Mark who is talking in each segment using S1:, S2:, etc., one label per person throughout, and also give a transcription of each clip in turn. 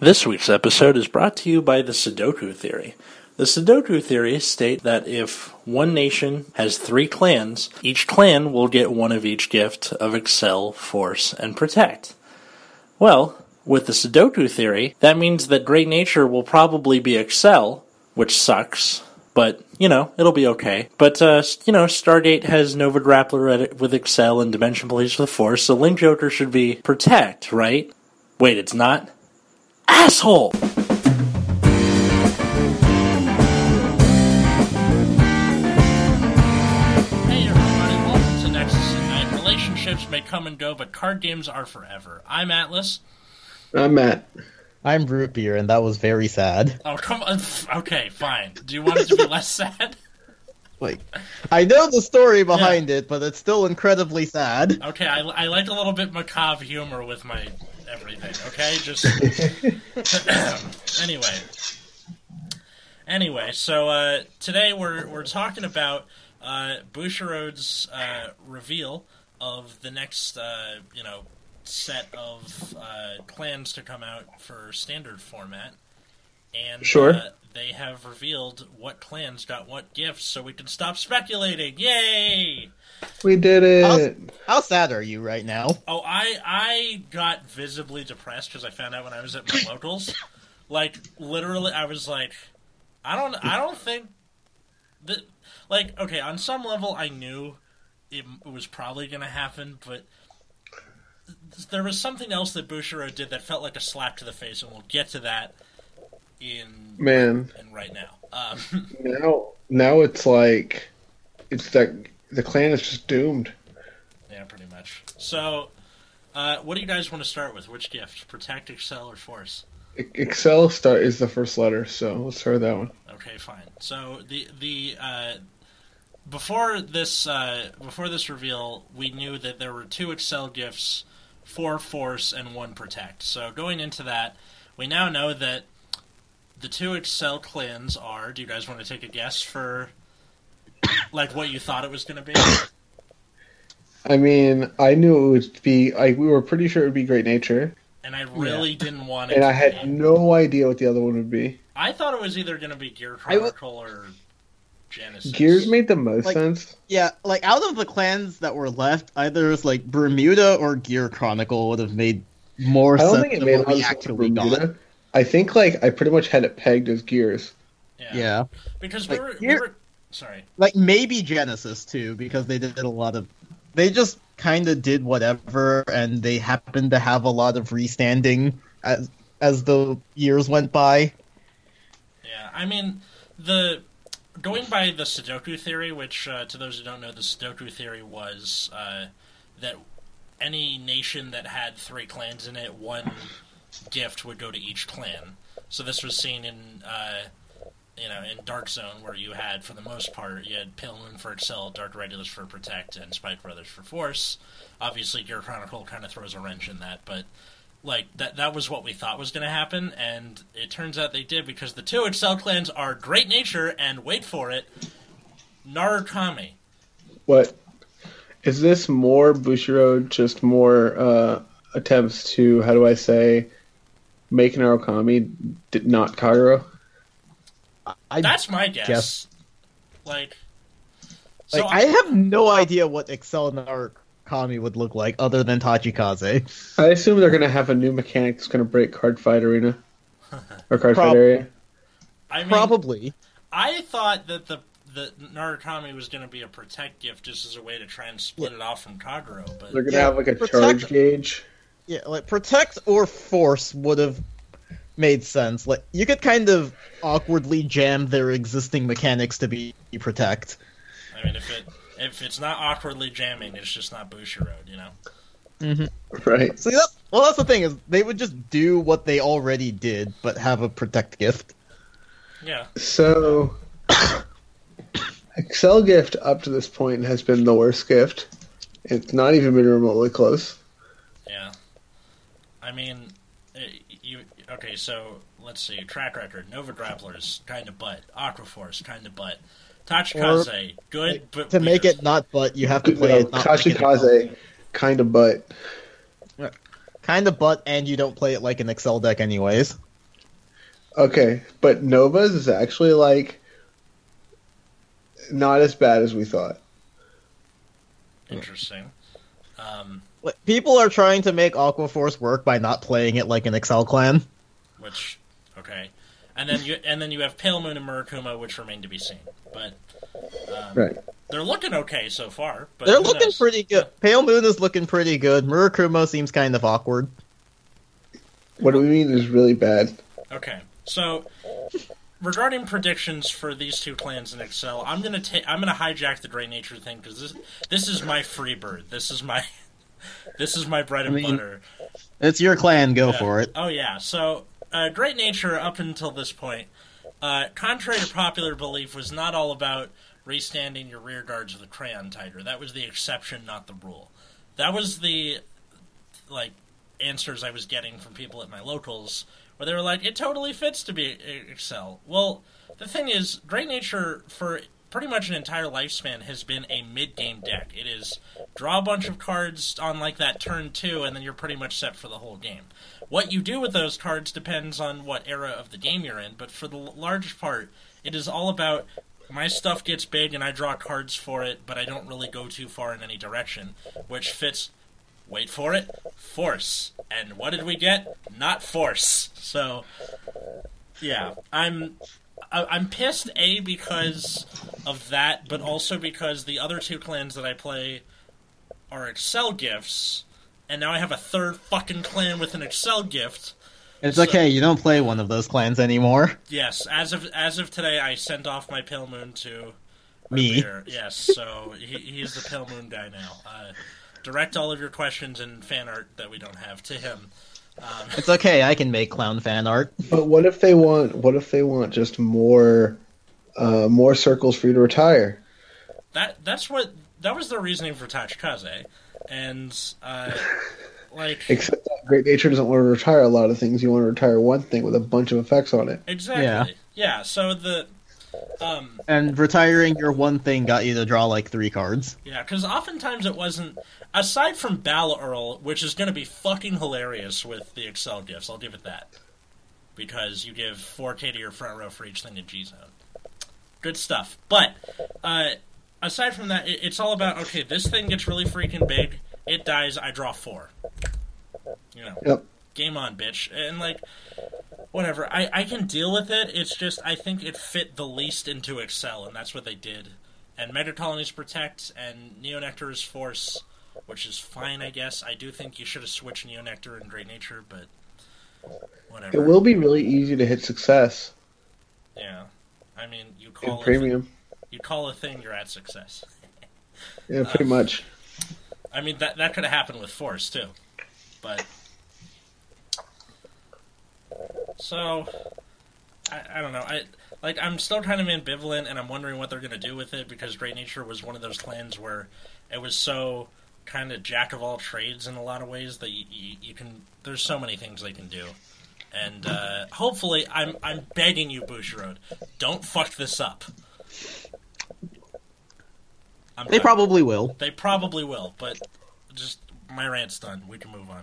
S1: This week's episode is brought to you by the Sudoku Theory. The Sudoku Theory state that if one nation has three clans, each clan will get one of each gift of Excel, Force, and Protect. Well, with the Sudoku Theory, that means that Great Nature will probably be Excel, which sucks, but, you know, it'll be okay. But, uh, s- you know, Stargate has Nova Grappler at it with Excel and Dimension Police with Force, so Link Joker should be Protect, right? Wait, it's not? asshole. Hey everybody, welcome to Nexus Ignite. Relationships may come and go, but card games are forever. I'm Atlas.
S2: I'm Matt.
S3: I'm root beer, and that was very sad.
S1: Oh come on. Okay, fine. Do you want it to be less sad?
S3: Like, I know the story behind it, but it's still incredibly sad.
S1: Okay, I, I like a little bit macabre humor with my everything. Okay, just anyway. Anyway, so uh, today we're we're talking about uh, Bushiroad's uh, reveal of the next uh, you know set of uh, clans to come out for standard format, and
S2: Sure.
S1: uh, they have revealed what clans got what gifts, so we can stop speculating. Yay!
S2: We did it.
S3: How sad are you right now?
S1: Oh, I I got visibly depressed because I found out when I was at my locals. Like literally, I was like, I don't I don't think that like okay on some level I knew it, it was probably going to happen, but there was something else that Bushiro did that felt like a slap to the face, and we'll get to that in
S2: Man,
S1: in right now. Um,
S2: now now it's like it's that the clan is just doomed.
S1: yeah, pretty much. So. Uh, what do you guys want to start with? Which gift? Protect, excel, or force?
S2: E- Excel star is the first letter, so let's start with that one.
S1: Okay, fine. So the the uh, before this uh, before this reveal, we knew that there were two Excel gifts, four Force and one Protect. So going into that, we now know that the two Excel clans are. Do you guys want to take a guess for like what you thought it was going to be?
S2: I mean, I knew it would be like we were pretty sure it would be Great Nature,
S1: And I really didn't want it.
S2: and I
S1: to
S2: had
S1: be.
S2: no idea what the other one would be.
S1: I thought it was either going to be Gear
S3: I wa-
S1: Chronicle or Genesis.
S2: Gears made the most
S3: Like-
S2: sense.
S3: Yeah, like out of the clans that were left, either it was like Bermuda or Gear Chronicle would have made more
S2: I don't
S3: sense
S2: think it
S3: than
S2: made a
S3: what
S2: lot
S3: we
S2: of sense for
S3: actually got.
S2: Bermuda. I think like I pretty much had it pegged as Gears.
S3: Yeah,
S1: Because we
S3: Like,
S1: were, we
S3: Gear-
S1: were. Sorry.
S3: like maybe Genesis too, because they did a lot of. They just kind of did whatever, and they happened to have a lot of restanding as as the years went by.
S1: Yeah, I mean the going by the Sudoku theory, which uh, to those who don't know, the Sudoku theory was uh, that any nation that had three clans in it, one gift would go to each clan. So this was seen in uh, you know in Dark Zone, where you had for the most part you had Pale Moon for Excel, Dark Regulus for Protect, and Spike Brothers for Force. Obviously, Gear Chronicle kind of throws a wrench in that, but like that that was what we thought was going to happen and it turns out they did because the two excel clans are great nature and wait for it narukami
S2: What is this more Bushiroad? Just more uh, attempts to how do I say make Narukami d- not Kagura?
S3: I
S1: that's my guess,
S3: Guess.
S1: like
S3: Like, I have no idea what Excel and Kami would look like other than Tachikaze.
S2: I assume they're gonna have a new mechanic that's gonna break Card Fight Arena or Card Fight
S3: Prob-
S2: Area.
S1: I mean,
S3: Probably.
S1: I thought that the the Narukami was going to be a protect gift just as a way to try and split it off from Kaguro, but
S2: They're gonna
S3: Yeah,
S2: have like a
S3: protect-
S2: charge gauge.
S3: Yeah, like protect or force would have made sense. Like you could kind of awkwardly jam their existing mechanics to be protect.
S1: I mean, if it if it's not awkwardly jamming, it's just not Bushiroad, you know.
S2: Right.
S3: See that's well that's the thing is they would just do what they already did but have a protect gift.
S1: Yeah,
S2: So Excel gift up to this point has been the worst gift. It's not even been remotely close.
S1: Yeah. I mean, eh, you okay? So let's see. Track record: Nova Grapplers, kind of butt. Aquaforce, kind of butt. Tachikaze, good, but
S3: To make
S1: weird.
S3: it not but you have to
S2: You
S3: play
S2: know,
S3: it not like it
S2: Kashikaze kind of butt.
S3: kind of butt, and you don't play it like an Excel deck, anyways.
S2: Okay, but Nova's is actually like not as bad as we thought.
S1: Interesting. Um,
S3: Like, people are trying to make Aqua Force work by not playing it like an Excel clan.
S1: which okay, and then you and then you have Pale Moon and Murakuma, which remain to be seen. But um,
S2: Right.
S1: they're looking okay so far. But
S3: They're
S1: who
S3: looking
S1: knows?
S3: pretty good. Pale Moon is looking pretty good. Murakumo seems kind of awkward.
S2: What do we mean is really bad?
S1: Okay, so regarding predictions for these two clans in Excel, I'm gonna ta- I'm gonna hijack the Great Nature thing because this this is my free bird. This is my this is my bread and
S3: I mean,
S1: butter.
S3: It's your clan, go
S1: Yeah.
S3: for it.
S1: Oh yeah. So, uh, Great Nature up until this point, uh, contrary to popular belief, was not all about restanding your rear guards with a crayon tiger. That was the exception, not the rule. That was the like answers I was getting from people at my locals, where they were like, "It totally fits to be e- Excel." Well, the thing is, Great Nature for pretty much an entire lifespan has been a mid-game deck. It is draw a bunch of cards on like that turn two, and then you're pretty much set for the whole game. What you do with those cards depends on what era of the game you're in, but for the l- large part, it is all about my stuff gets big and I draw cards for it, but I don't really go too far in any direction, which fits. Wait for it, force. And what did we get? Not force. So, yeah, I'm I, I'm pissed a because of that, but also because the other two clans that I play are Excel gifts, and now I have a third fucking clan with an Excel gift.
S3: It's
S1: So-
S3: okay, you don't play one of those clans anymore.
S1: Yes, as of as of today, I sent off my Pale Moon to
S3: Me.
S1: Beer. Yes, so he, he's the Pale Moon guy now. Uh, direct all of your questions and fan art that we don't have to him. Um,
S3: It's okay, I can make clown fan art.
S2: But what if they want? What if they want just more, uh, more circles for you to retire?
S1: that that's what that was the reasoning for Tachikaze, and uh, like
S2: Except that Great Nature doesn't want to retire a lot of things. You want to retire one thing with a bunch of effects on it.
S1: exactly yeah. So the um
S3: And retiring your one thing got you to draw like three cards.
S1: yeah, because oftentimes it wasn't aside from Bala Earl, which is going to be fucking hilarious with the Excel gifts. I'll give it that because you give 4K to your front row for each thing in G Zone. good stuff. But uh, aside from that, it, it's all about okay. This thing gets really freaking big. It dies. I draw four. You know.
S2: Yep.
S1: Game on, bitch. And like, whatever. I I can deal with it. It's just I think it fit the least into Excel, and that's what they did. And Mega Colonies Protect and Neonectar is Force, which is fine, I guess. I do think you should have switched Neonectar and Great Nature, but
S2: It
S1: whatever.
S2: will be really easy to hit success
S1: Yeah. I mean, you
S2: in
S1: call it
S2: premium.
S1: you call a thing, you're at success.
S2: Yeah, pretty much.
S1: I mean, that that could have happened with Force too, but so I, I don't know. I like I'm still kind of ambivalent, and I'm wondering what they're gonna do with it because Great Nature was one of those clans where it was so kind of jack of all trades in a lot of ways that you, you, you can. There's so many things they can do. And uh, hopefully, I'm I'm begging you, Bushiroad, don't fuck this up. I'm
S3: They
S1: done.
S3: probably will.
S1: They probably will, but just my rant's done. We can move on.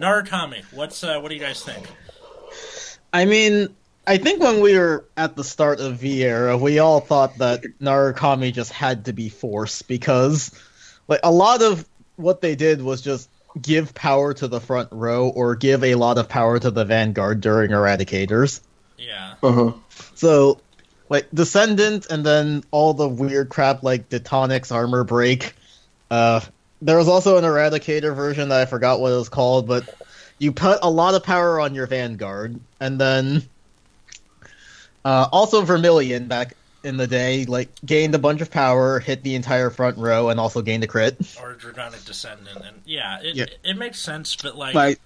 S1: Narukami, what's uh, what do you guys think?
S3: I mean, I think when we were at the start of V era, we all thought that Narukami just had to be forced because, like, a lot of what they did was just give power to the front row or give a lot of power to the vanguard during Eradicators.
S1: Yeah,
S2: Uh huh.
S3: So, like Descendant, and then all the weird crap like Detonics Armor Break. Uh, there was also an Eradicator version that I forgot what it was called, but you put a lot of power on your Vanguard, and then uh, also Vermilion back in the day, like gained a bunch of power, hit the entire front row, and also gained a crit.
S1: or Dragonic Descendant, and yeah, it
S3: Yeah.
S1: It, makes sense, but like,
S3: like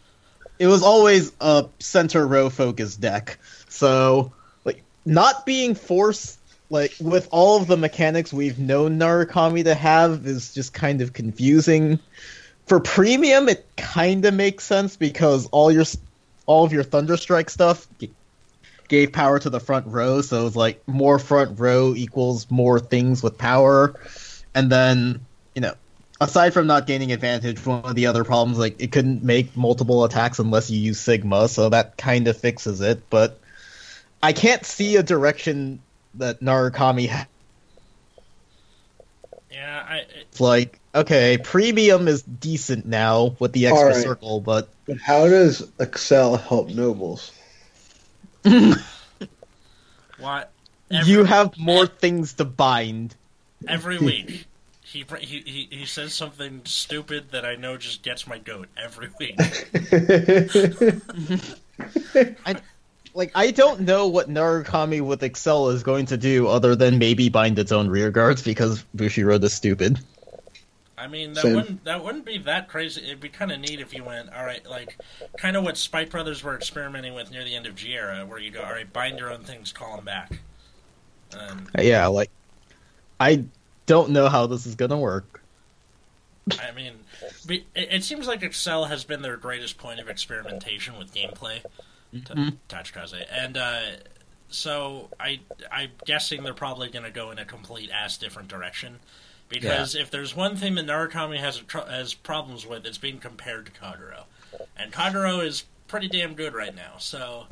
S3: it was always a center row focused deck. So like not being forced like with all of the mechanics we've known Narukami to have is just kind of confusing. For premium it kind of makes sense because all your s- all of your thunderstrike stuff g- gave power to the front row, so it's like more front row equals more things with power. And then, you know, aside from not gaining advantage, one of the other problems like it couldn't make multiple attacks unless you use Sigma, so that kind of fixes it. But I can't see a direction that Narukami has.
S1: Yeah, I it,
S3: Like, okay, premium is decent now with the extra
S2: Alright.
S3: circle, but
S2: But how does Excel help nobles?
S1: what every,
S3: you have more things to bind.
S1: every week. He, br- he he he says something stupid that I know just gets my goat every week.
S3: Like, I don't know what Narukami with Excel is going to do other than maybe bind its own rear guards because Bushiroad is stupid.
S1: I mean, that
S2: Same.
S1: wouldn't that wouldn't be that crazy. It'd be kind of neat if you went, all right, like kind of what Spike Brothers were experimenting with near the end of Giera, where you go, all right, bind your own things, call them back. Um,
S3: Yeah, like, I don't know how this is going to work.
S1: I mean, be, it, it seems like Excel has been their greatest point of experimentation with gameplay.
S3: Mhm.
S1: T- touch Kaze. and uh, so I I'm guessing they're probably going to go in a complete ass different direction. Because if there's one thing that Narukami has a tr- has problems with, it's being compared to Kagero, and Kagero is pretty damn good right now. So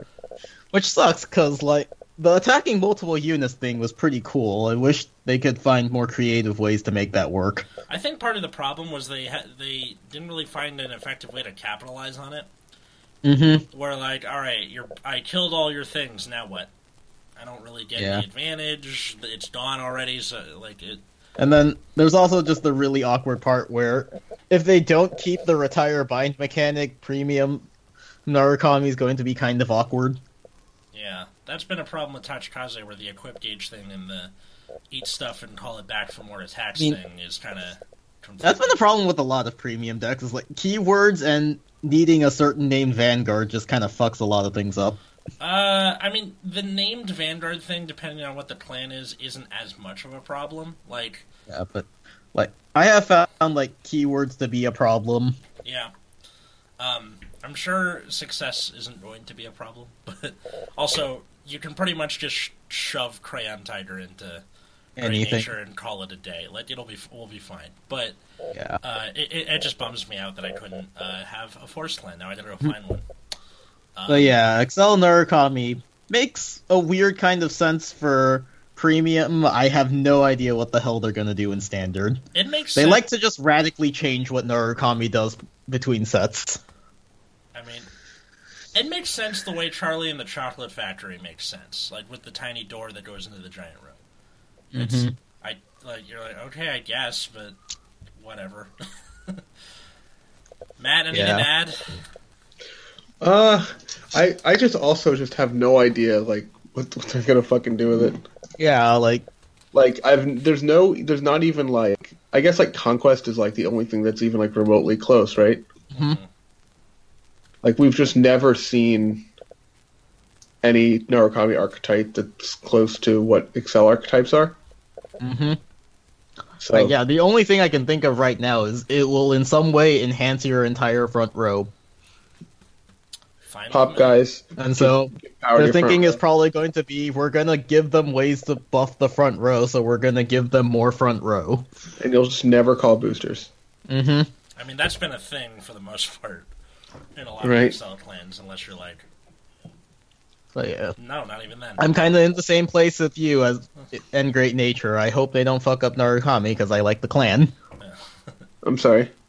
S3: Which sucks because like the attacking multiple units thing was pretty cool. I wish they could find more creative ways to make that work.
S1: I think part of the problem was they ha- they didn't really find an effective way to capitalize on it.
S3: Mm-hmm.
S1: Where like, all right, you're I killed all your things. Now what? I don't really get
S3: Yeah.
S1: the advantage. It's gone already. So like it.
S3: And then there's also just the really awkward part where if they don't keep the retire bind mechanic premium, Narukami is going to be kind of awkward.
S1: Yeah, that's been a problem with Tachikaze, where the equip gauge thing and the eat stuff and call it back for more attacks
S3: I mean-
S1: thing is kind of.
S3: That's been a problem with a lot of premium decks. Is like keywords and needing a certain named vanguard just kind of fucks a lot of things up.
S1: Uh, I mean, the named Vanguard thing, depending on what the clan is, isn't as much of a problem. Like,
S3: Yeah, but like I have found like keywords to be a problem.
S1: yeah. Um, I'm sure success isn't going to be a problem, but also, you can pretty much just sh- shove Crayon Tiger into Great
S3: Anything.
S1: Nature and call it a day. Like, it'll be, we'll be fine. But,
S3: Yeah.
S1: Uh, it, it, it just bums me out that I couldn't uh, have a forest land. Now I gotta go find one. Um,
S3: So yeah, Excel Narukami makes a weird kind of sense for premium. I have no idea what the hell they're gonna do in standard.
S1: it makes
S3: They
S1: sense.
S3: like to just radically change what Narukami does between sets.
S1: I mean, it makes sense the way Charlie and the Chocolate Factory makes sense, like with the tiny door that goes into the giant room. It's I like you're like okay, I guess, but whatever. Matt, anything
S3: Yeah.
S1: to add?
S2: Uh, I I just also just have no idea like what, what they're gonna fucking do with it.
S3: Yeah, like
S2: Like I've there's no there's not even like I guess like conquest is like the only thing that's even like remotely close, right?
S3: Mhm.
S2: Like we've just never seen any Narukami archetype that's close to what Excel archetypes are.
S3: mhm.
S2: So
S3: like yeah, the only thing I can think of right now is it will in some way enhance your entire front row.
S1: Final
S2: pop
S1: comment?
S2: guys,
S3: And so
S2: power
S3: their
S2: your front
S3: thinking is
S2: row.
S3: probably going to be we're gonna give them ways to buff the front row, so we're gonna give them more front row.
S2: and you'll just never call boosters.
S3: Mm-hmm.
S1: I mean, that's been a thing for the most part in a lot
S2: Right.
S1: of Excel clans, unless you're like,
S3: So yeah.
S1: no, not even then.
S3: I'm kind of in the same place with you as and Great Nature. I hope they don't fuck up Narukami because I like the clan.
S2: I'm sorry.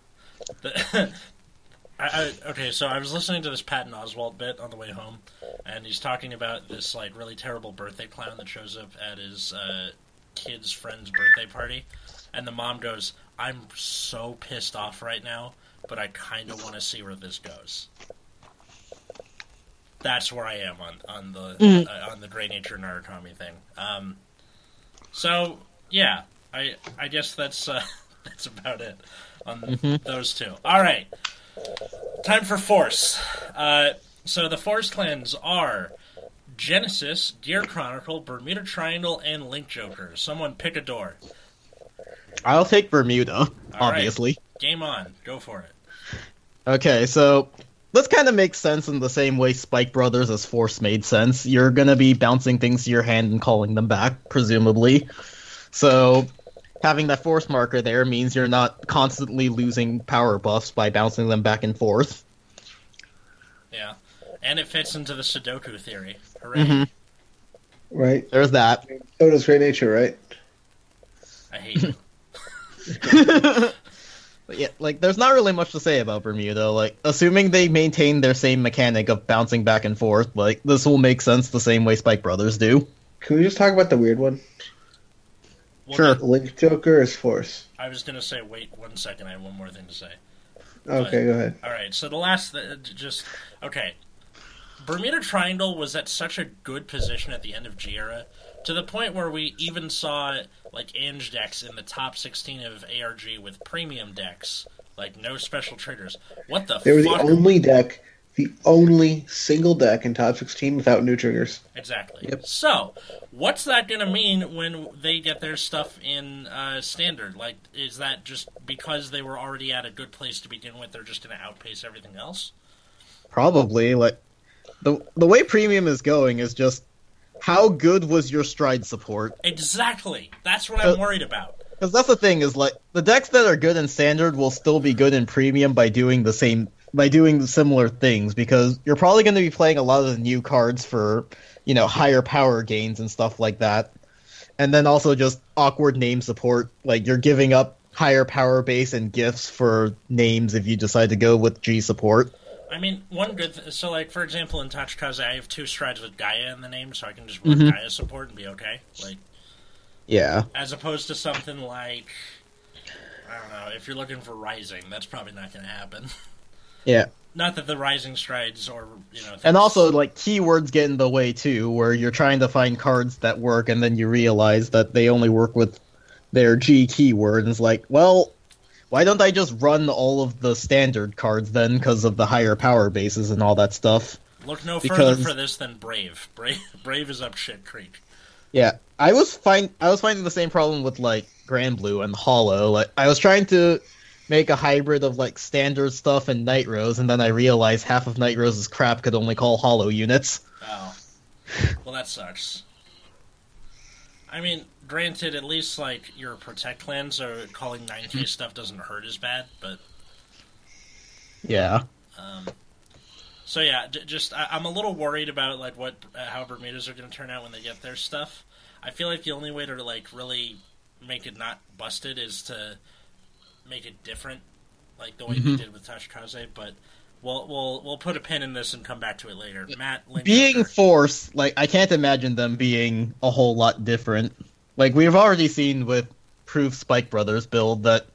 S1: I, I, okay, so I was listening to this Patton Oswald bit on the way home, and he's talking about this like really terrible birthday clown that shows up at his uh, kid's friend's birthday party, and the mom goes, "I'm so pissed off right now, but I kind of want to see where this goes." That's where I am on on the
S3: Mhm.
S1: uh, on the Grey Nature Narukami thing. Um, so yeah, I I guess that's uh, that's about it on those two. All right, time for Force. Uh, so the Force clans are Genesis, Gear Chronicle, Bermuda Triangle, and Link Joker. Someone pick a door.
S3: I'll take Bermuda,
S1: right.
S3: obviously.
S1: Game on. Go for it.
S3: Okay, so this kind of makes sense in the same way Spike Brothers as Force made sense. You're gonna be bouncing things to your hand and calling them back, presumably. So having that force marker there means you're not constantly losing power buffs by bouncing them back and forth.
S1: Yeah. And it fits into the Sudoku theory. Hooray.
S3: Mhm.
S2: Right.
S3: There's that.
S2: Oda's great nature, right?
S1: I hate it.
S3: but yeah, like there's not really much to say about Bermuda. Like, assuming they maintain their same mechanic of bouncing back and forth, like this will make sense the same way Spike Brothers do.
S2: Can we just talk about the weird one?
S1: Well,
S3: Sure.
S2: Link Joker is Force.
S1: I was going to say, wait one second. I have one more thing to say.
S2: Okay, go ahead.
S1: All right. So the last, th- just okay. Bermuda Triangle was at such a good position at the end of Jira, to the point where we even saw like Ange decks in the top 16 of ARG with premium decks, like no special traders. What the
S2: They were the
S1: fuck?
S2: only deck, the only single deck in top 16 without new triggers.
S1: Exactly.
S2: Yep.
S1: So, what's that going to mean when they get their stuff in uh, standard? Like, is that just because they were already at a good place to begin with? They're just going to outpace everything else.
S3: Probably like the the way premium is going is just how good was your stride support?
S1: Exactly. That's what
S3: Uh,
S1: I'm worried about.
S3: Because that's the thing is like the decks that are good in standard will still be good in premium by doing the same by doing similar things because you're probably going to be playing a lot of the new cards for you know higher power gains and stuff like that, and then also just awkward name support like you're giving up higher power base and gifts for names if you decide to go with G support.
S1: I mean, one good. Th- so, like for example, in Tachikaze, I have two strides with Gaia in the name, so I can just run
S3: Mhm.
S1: Gaia support and be okay. Like
S3: Yeah,
S1: as opposed to something like I don't know. If you're looking for Rising, that's probably not going to happen.
S3: yeah,
S1: Not that the Rising strides or you know.
S3: and
S1: things-
S3: also like keywords get in the way too, where you're trying to find cards that work, and then you realize that they only work with their G keyword, and it's like, well, why don't I just run all of the standard cards then, because of the higher power bases and all that stuff?
S1: look no
S3: because-
S1: further for this than Brave. Brave, Brave is up shit creek.
S3: Yeah, I was find I was finding the same problem with like Grand Blue and Hollow. Like I was trying to make a hybrid of like standard stuff and Night Rose, and then I realized half of Night Rose's crap could only call Hollow units.
S1: Oh, well, that sucks. I mean, granted, at least like you're a protect clan, so calling
S3: Mm-hmm.
S1: 9K stuff doesn't hurt as bad, but.
S3: Yeah.
S1: Um, so yeah, j- just I- I'm a little worried about like what uh, how Bermudas are going to turn out when they get their stuff. I feel like the only way to like really make it not busted is to make it different, like the way we
S3: Mhm.
S1: did with Tashikaze. But we'll we'll we'll put a pin in this and come back to it later. Matt, Link,
S3: being
S1: Joker.
S3: force like i can't imagine them being a whole lot different like we've already seen with proof spike brothers build that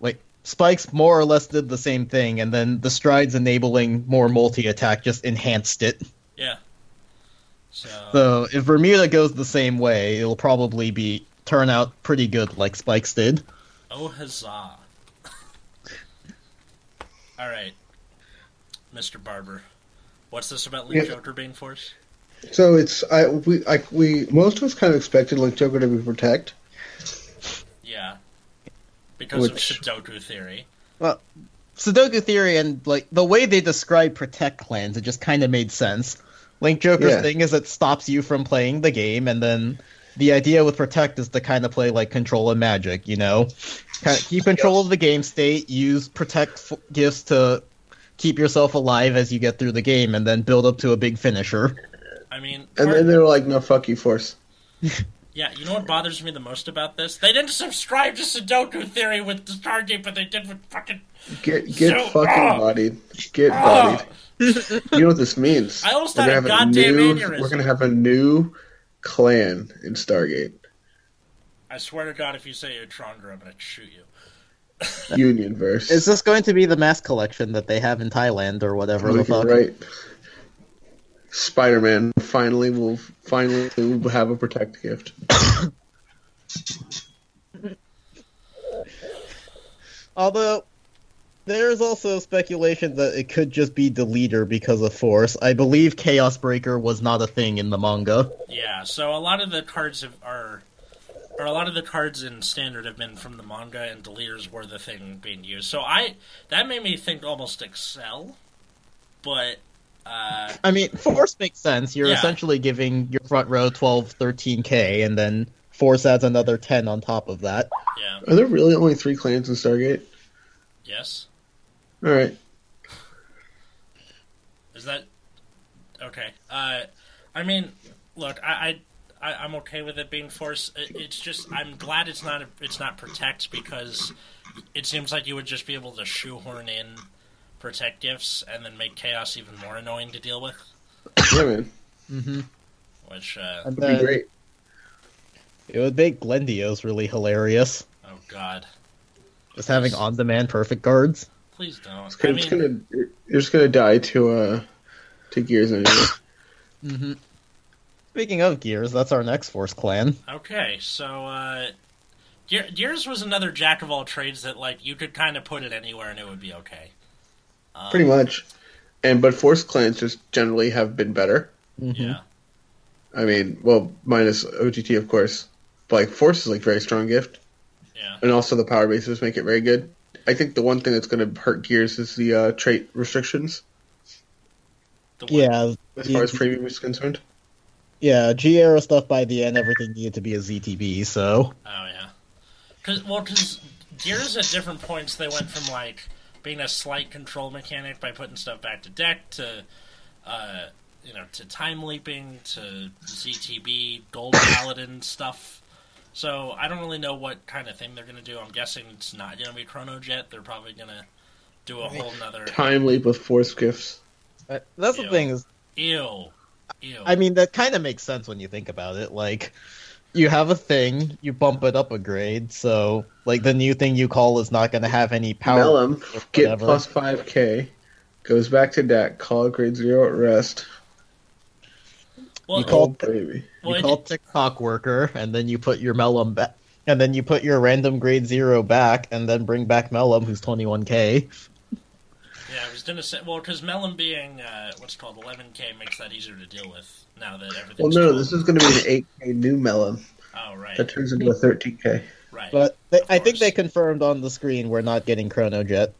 S3: like spikes more or less did the same thing and then the strides enabling more multi-attack just enhanced it
S1: yeah. So
S3: so if bermuda goes the same way it'll probably be turn out pretty good like spikes did
S1: oh huzzah! All right, Mr. Barber, what's this about Link
S2: Yeah.
S1: Joker being forced?
S2: So it's I we I, we most of us kind of expected Link Joker to be protect.
S1: Yeah. Because of
S2: Which-
S1: Sudoku theory.
S3: sudoku theory and like the way they describe protect clans it just kind of made sense link joker's
S2: Yeah.
S3: thing is it stops you from playing the game and then the idea with protect is to kind of play like control and magic you know kind of keep control of the game state use protect f- gifts to keep yourself alive as you get through the game and then build up to a big finisher
S1: I mean,
S2: And
S1: part-
S2: then they were like, "No, fuck you, Force."
S1: yeah, you know what bothers me the most about this? They didn't subscribe to Sudoku theory with the Stargate, but they did with fucking.
S2: Get get
S1: So-
S2: fucking
S1: Ah!
S2: bodied. Get
S1: Ah!
S2: bodied. You know what this means?
S1: I almost
S2: We're gonna
S1: had a
S2: have
S1: goddamn
S2: new,
S1: aneurysm.
S2: We're gonna have a new clan in Stargate
S1: I swear to God, if you say Utrongra, I'm gonna shoot you.
S2: Union verse.
S3: is this going to be the mass collection that they have in thailand or whatever the fuck
S2: right? Spider-Man finally will finally will have a protect gift.
S3: Although there's also speculation that it could just be the leader because of force. I believe Chaos Breaker was not a thing in the manga.
S1: Yeah, so a lot of the cards have, are. Or a lot of the cards in standard have been from the manga, and deleters were the thing being used. So I that made me think almost Excel, but uh,
S3: I mean, force makes sense. You're
S1: Yeah.
S3: essentially giving your front row 12, 13k and then Force adds another ten on top of that.
S1: Yeah.
S2: Are there really only three clans in Stargate?
S1: Yes.
S2: All right.
S1: Is that okay? Uh, I mean, look, I, I, I I'm okay with it being force. It, it's just I'm glad it's not it's not protect because it seems like you would just be able to shoehorn in protectives and then make chaos even more annoying to deal with.
S2: Yeah, man.
S3: Mm-hmm.
S1: Which uh,
S3: And
S2: That'd
S3: then
S2: be great.
S3: It would make Glendios really hilarious.
S1: oh god,
S3: Just having on-demand perfect guards.
S1: please don't.
S2: It's
S1: I
S2: gonna, it's
S1: mean,
S2: gonna- you're just gonna die to uh to gears anyway.
S3: Mm-hmm. Speaking of gears, that's our next Force clan.
S1: okay, so. Uh, Ge- Gears was another jack of all trades that like you could kind of put it anywhere and it would be okay. Um,
S2: pretty much. And but force clans just generally have been better.
S3: Mm-hmm.
S1: Yeah.
S2: I mean, well, minus OGT of course. But like force is like very strong gift,
S1: Yeah.
S2: and also the power bases make it very good. I think the one thing that's gonna hurt gears is the uh, trait restrictions
S1: The one-
S3: Yeah,
S2: as far as
S3: Yeah.
S2: premium is concerned.
S3: yeah. G Arrow stuff by the end, everything needed to be a ZTB. So
S1: Oh yeah, because well, because gears at different points they went from like being a slight control mechanic by putting stuff back to deck to, uh, you know, to time leaping to ZTB gold paladin stuff. So I don't really know what kind of thing they're gonna do. I'm guessing it's not gonna be Chrono Jet. They're probably gonna do a whole nother
S2: Time leap with force gifts.
S3: uh, that's
S1: Yeah.
S3: the thing is,
S1: ew, ew.
S3: I mean, that kind of makes sense when you think about it. Like, you have a thing, you bump it up a grade, so like the new thing you call is not going to have any power.
S2: Mellum
S3: or
S2: get
S3: whatever.
S2: plus five k. Goes back to deck. Call grade zero at rest.
S1: well,
S3: you call-
S2: oh, baby.
S1: well,
S3: you
S1: it-
S3: call TikTok worker, and then you put your Melum back, and then you put your random grade zero back, and then bring back Melum, who's twenty one k.
S1: Yeah, I was gonna say. Well, because Melon being uh, what's called 11k makes that easier to deal with now that
S2: Well,
S1: everything's.
S2: no,
S1: cool.
S2: this is going to be an eight k new Mellum
S1: Oh right,
S2: that turns into a thirteen k.
S1: right.
S3: But they, I think
S1: course.
S3: they confirmed on the screen we're not getting Chrono Jet.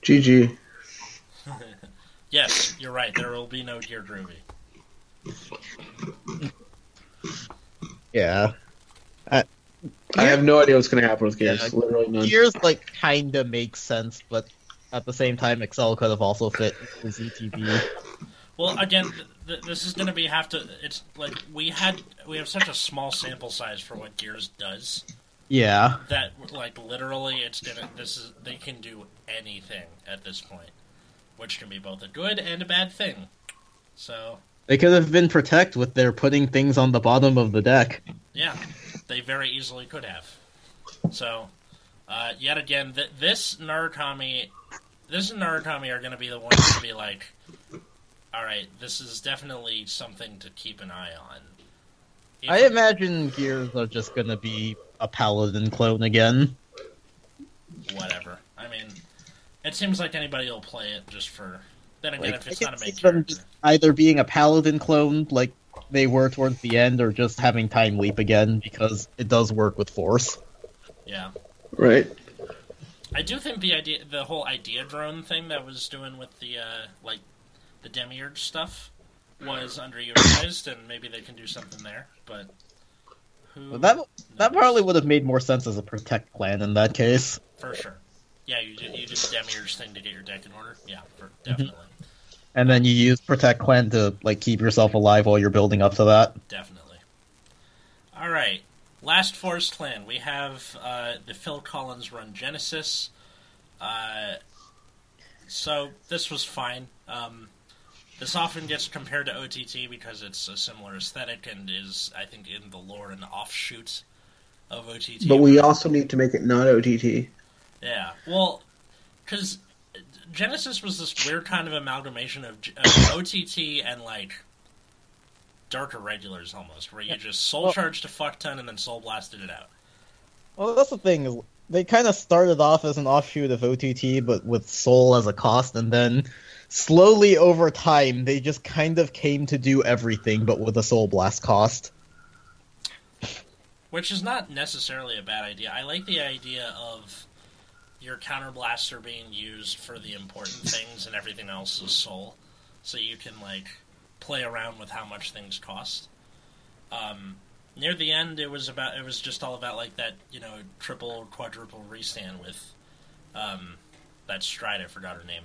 S2: GG.
S1: yes, you're right. There will be no Gear Groovy.
S3: Yeah,
S2: I have no idea what's going to happen with
S3: Yeah.
S2: Gears. Literally none.
S3: Gears like kind of makes sense, but at the same time, Excel could have also fit the ZTV.
S1: Well, again, th- th- this is going to be have to. It's like we had we have such a small sample size for what Gears does
S3: Yeah.
S1: that like literally it's gonna. This is they can do anything at this point, which can be both a good and a bad thing. So
S3: They could have been protect with their putting things on the bottom of the deck.
S1: Yeah, they very easily could have. So, uh, yet again, th- this Narukami, this and Narukami are going to be the ones to be like, all right, this is definitely something to keep an eye on. If-
S3: I imagine Gears are just gonna be a paladin clone again.
S1: whatever. I mean, it seems like anybody will play it just for. Then again,
S3: Like,
S1: if
S3: I
S1: it's
S3: can
S1: not a
S3: see
S1: main
S3: them
S1: character,
S3: just Either being a paladin clone like they were towards the end, or just having time leap again because it does work with force.
S1: yeah.
S2: Right?
S1: I do think the idea, the whole idea drone thing that was doing with the uh, like the demiurge stuff was underutilized, and maybe they can do something there. But who?
S3: But that that
S1: knows?
S3: probably would have made more sense as a protect clan in that case.
S1: for sure. Yeah, you do, you do the demiurge thing to get your deck in order. Yeah, for, definitely,
S3: And then you use Protect Clan to like keep yourself alive while you're building up to that.
S1: definitely. All right, last force clan. We have uh, the Phil Collins run Genesis. Uh, so this was fine. Um, this often gets compared to OTT because it's a similar aesthetic and is, I think, in the lore an offshoot of OTT.
S2: But we also need to make it not OTT.
S1: yeah, well, because Genesis was this weird kind of amalgamation of, G- of OTT and like darker regulars almost, where you just soul
S3: Well-
S1: charged a fuck ton and then soul blasted it out.
S3: Well, that's the thing. is They kind of started off as an offshoot of OTT, but with Soul as a cost, and then slowly over time, they just kind of came to do everything, but with a Soul Blast cost.
S1: Which is not necessarily a bad idea. I like the idea of your counter blaster being used for the important things and everything else is soul. So you can like play around with how much things cost. Um, near the end, it was about it was just all about like that you know triple quadruple restand with um, that stride I forgot her name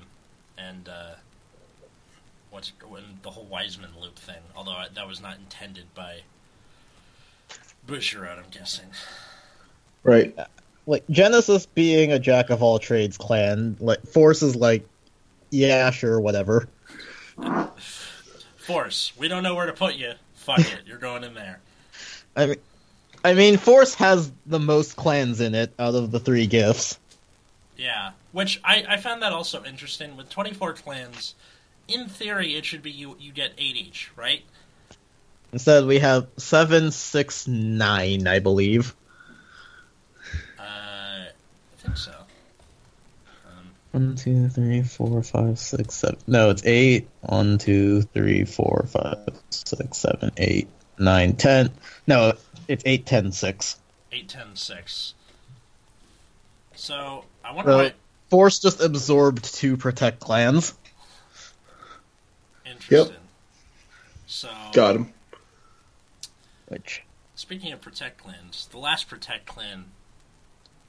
S1: and uh, what's and the whole Wiseman loop thing. Although I, that was not intended by Bushiroad, I'm guessing.
S2: Right.
S3: like Genesis being a jack of all trades clan, like forces like yeah, sure, whatever.
S1: Force, we don't know where to put you. Fuck it, you're going in there.
S3: I mean I mean Force has the most clans in it out of the three gifts.
S1: Yeah, which I, I found that also interesting. With 24 clans, in theory, it should be you you get eight each, right?
S3: Instead we have seven, six, nine, I believe.
S1: Uh, I think so. Um,
S3: One, two, three, four, five, six, seven. No, it's eight. One, two, three, four, five, six, seven, eight, nine, ten. No, it's eight, ten, six.
S1: eight, ten, six. So I wonder
S3: So
S1: what.
S3: Force just absorbed two protect clans.
S1: Interesting. So
S2: Got him.
S3: Which
S1: Speaking of protect clans, the last protect clan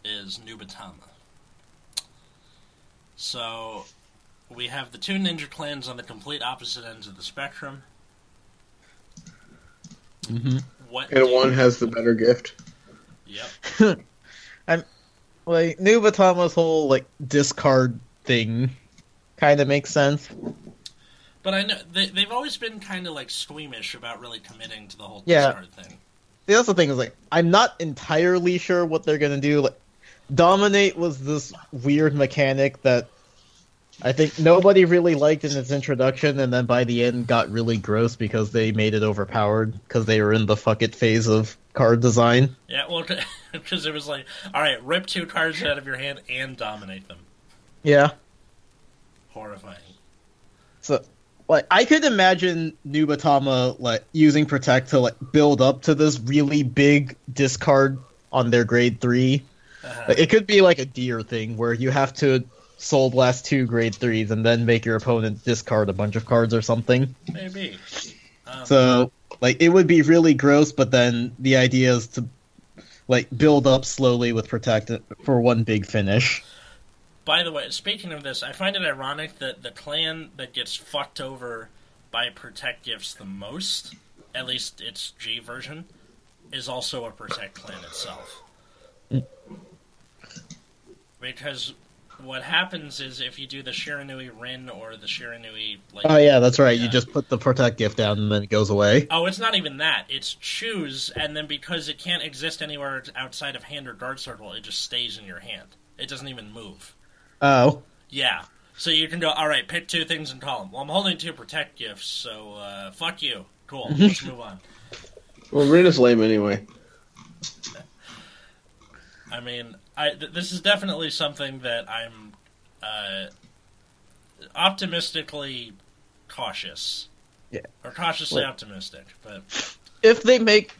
S1: is Nubatama. So we have the two ninja clans on the complete opposite ends of the spectrum.
S3: Mhm.
S1: What? do
S2: And
S1: you-
S2: one has the better gift.
S1: Yep.
S3: like Nubatama's whole like discard thing kind of makes sense.
S1: But I know they, they've always been kind of like squeamish about really committing to the whole
S3: Yeah.
S1: discard thing.
S3: See, that's the thing is like I'm not entirely sure what they're gonna do. Like, dominate was this weird mechanic that I think nobody really liked in its introduction, and then by the end got really gross because they made it overpowered because they were in the fuck it phase of card design.
S1: Yeah, well, because it was like, all right, rip two cards out of your hand and dominate them.
S3: Yeah,
S1: Horrifying.
S3: so like I could imagine Nubatama like using protect to like build up to this really big discard on their grade three
S1: Uh-huh.
S3: Like, it could be like a deer thing where you have to soul blast two grade threes and then make your opponent discard a bunch of cards or something.
S1: Maybe. Um,
S3: So like it would be really gross, but then the idea is to like build up slowly with protect for one big finish.
S1: By the way, speaking of this, I find it ironic that the clan that gets fucked over by protect gifts the most, at least its G version, is also a protect clan itself. Because what happens is if you do the Shiranui Rin or the Shiranui like
S3: Oh yeah, that's right. You
S1: Yeah.
S3: just put the protect gift down and then it goes away.
S1: Oh, it's not even that. It's choose, and then because it can't exist anywhere outside of hand or guard circle, it just stays in your hand. It doesn't even move.
S3: Oh.
S1: Yeah. So you can go, all right, pick two things and call them. Well, I'm holding two protect gifts, so uh, fuck you. Cool. Let's move on.
S2: Well, Rin is lame anyway.
S1: I mean, I, th- this is definitely something that I'm uh, optimistically cautious.
S3: Yeah.
S1: Or cautiously
S3: Wait.
S1: optimistic, but
S3: If they make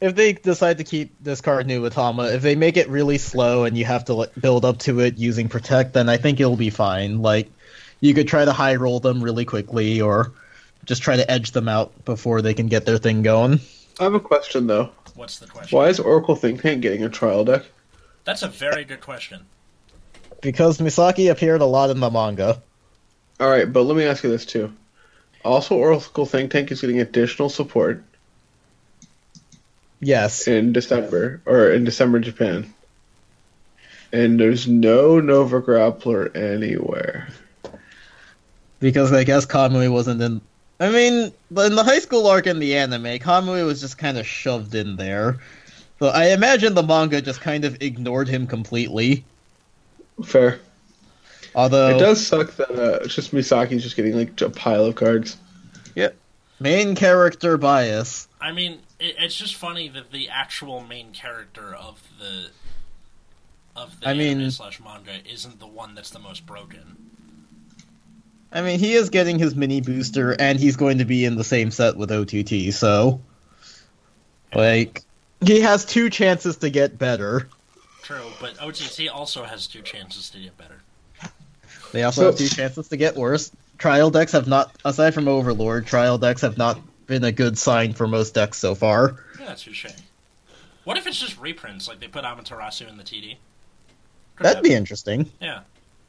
S3: if they decide to keep this card new with Hama, if they make it really slow and you have to like, build up to it using protect, then I think it'll be fine. Like you could try to high roll them really quickly, or just try to edge them out before they can get their thing going.
S2: I have a question though.
S1: what's the question?
S2: Why is Oracle Think Tank getting a trial deck?
S1: That's a very good question.
S3: Because Misaki appeared a lot in the manga.
S2: All right, but let me ask you this too. Also, Oracle Think Tank is getting additional support
S3: Yes,
S2: in December or in December in Japan. And there's no Nova Grappler anywhere.
S3: because I guess Kamui wasn't in. I mean, in the high school arc in the anime, Kamui was just kind of shoved in there. So I imagine the manga just kind of ignored him completely.
S2: Fair.
S3: Although
S2: It does suck that uh, it's just Misaki's just getting like a pile of cards.
S3: main character bias.
S1: I mean, it, it's just funny that the actual main character of the of the
S3: I mean-
S1: anime slash manga isn't the one that's the most broken.
S3: I mean, he is getting his mini booster, and he's going to be in the same set with OTT. So, like, he has two chances to get better.
S1: True, but OTT also has two chances to get better.
S3: They also
S2: So-
S3: have two chances to get worse. Trial decks have not, aside from Overlord, trial decks have not been a good sign for most decks so far.
S1: Yeah, that's touche. What if it's just reprints, like they put Amaterasu in the TD? Could
S3: That'd be
S1: happen.
S3: interesting.
S1: Yeah,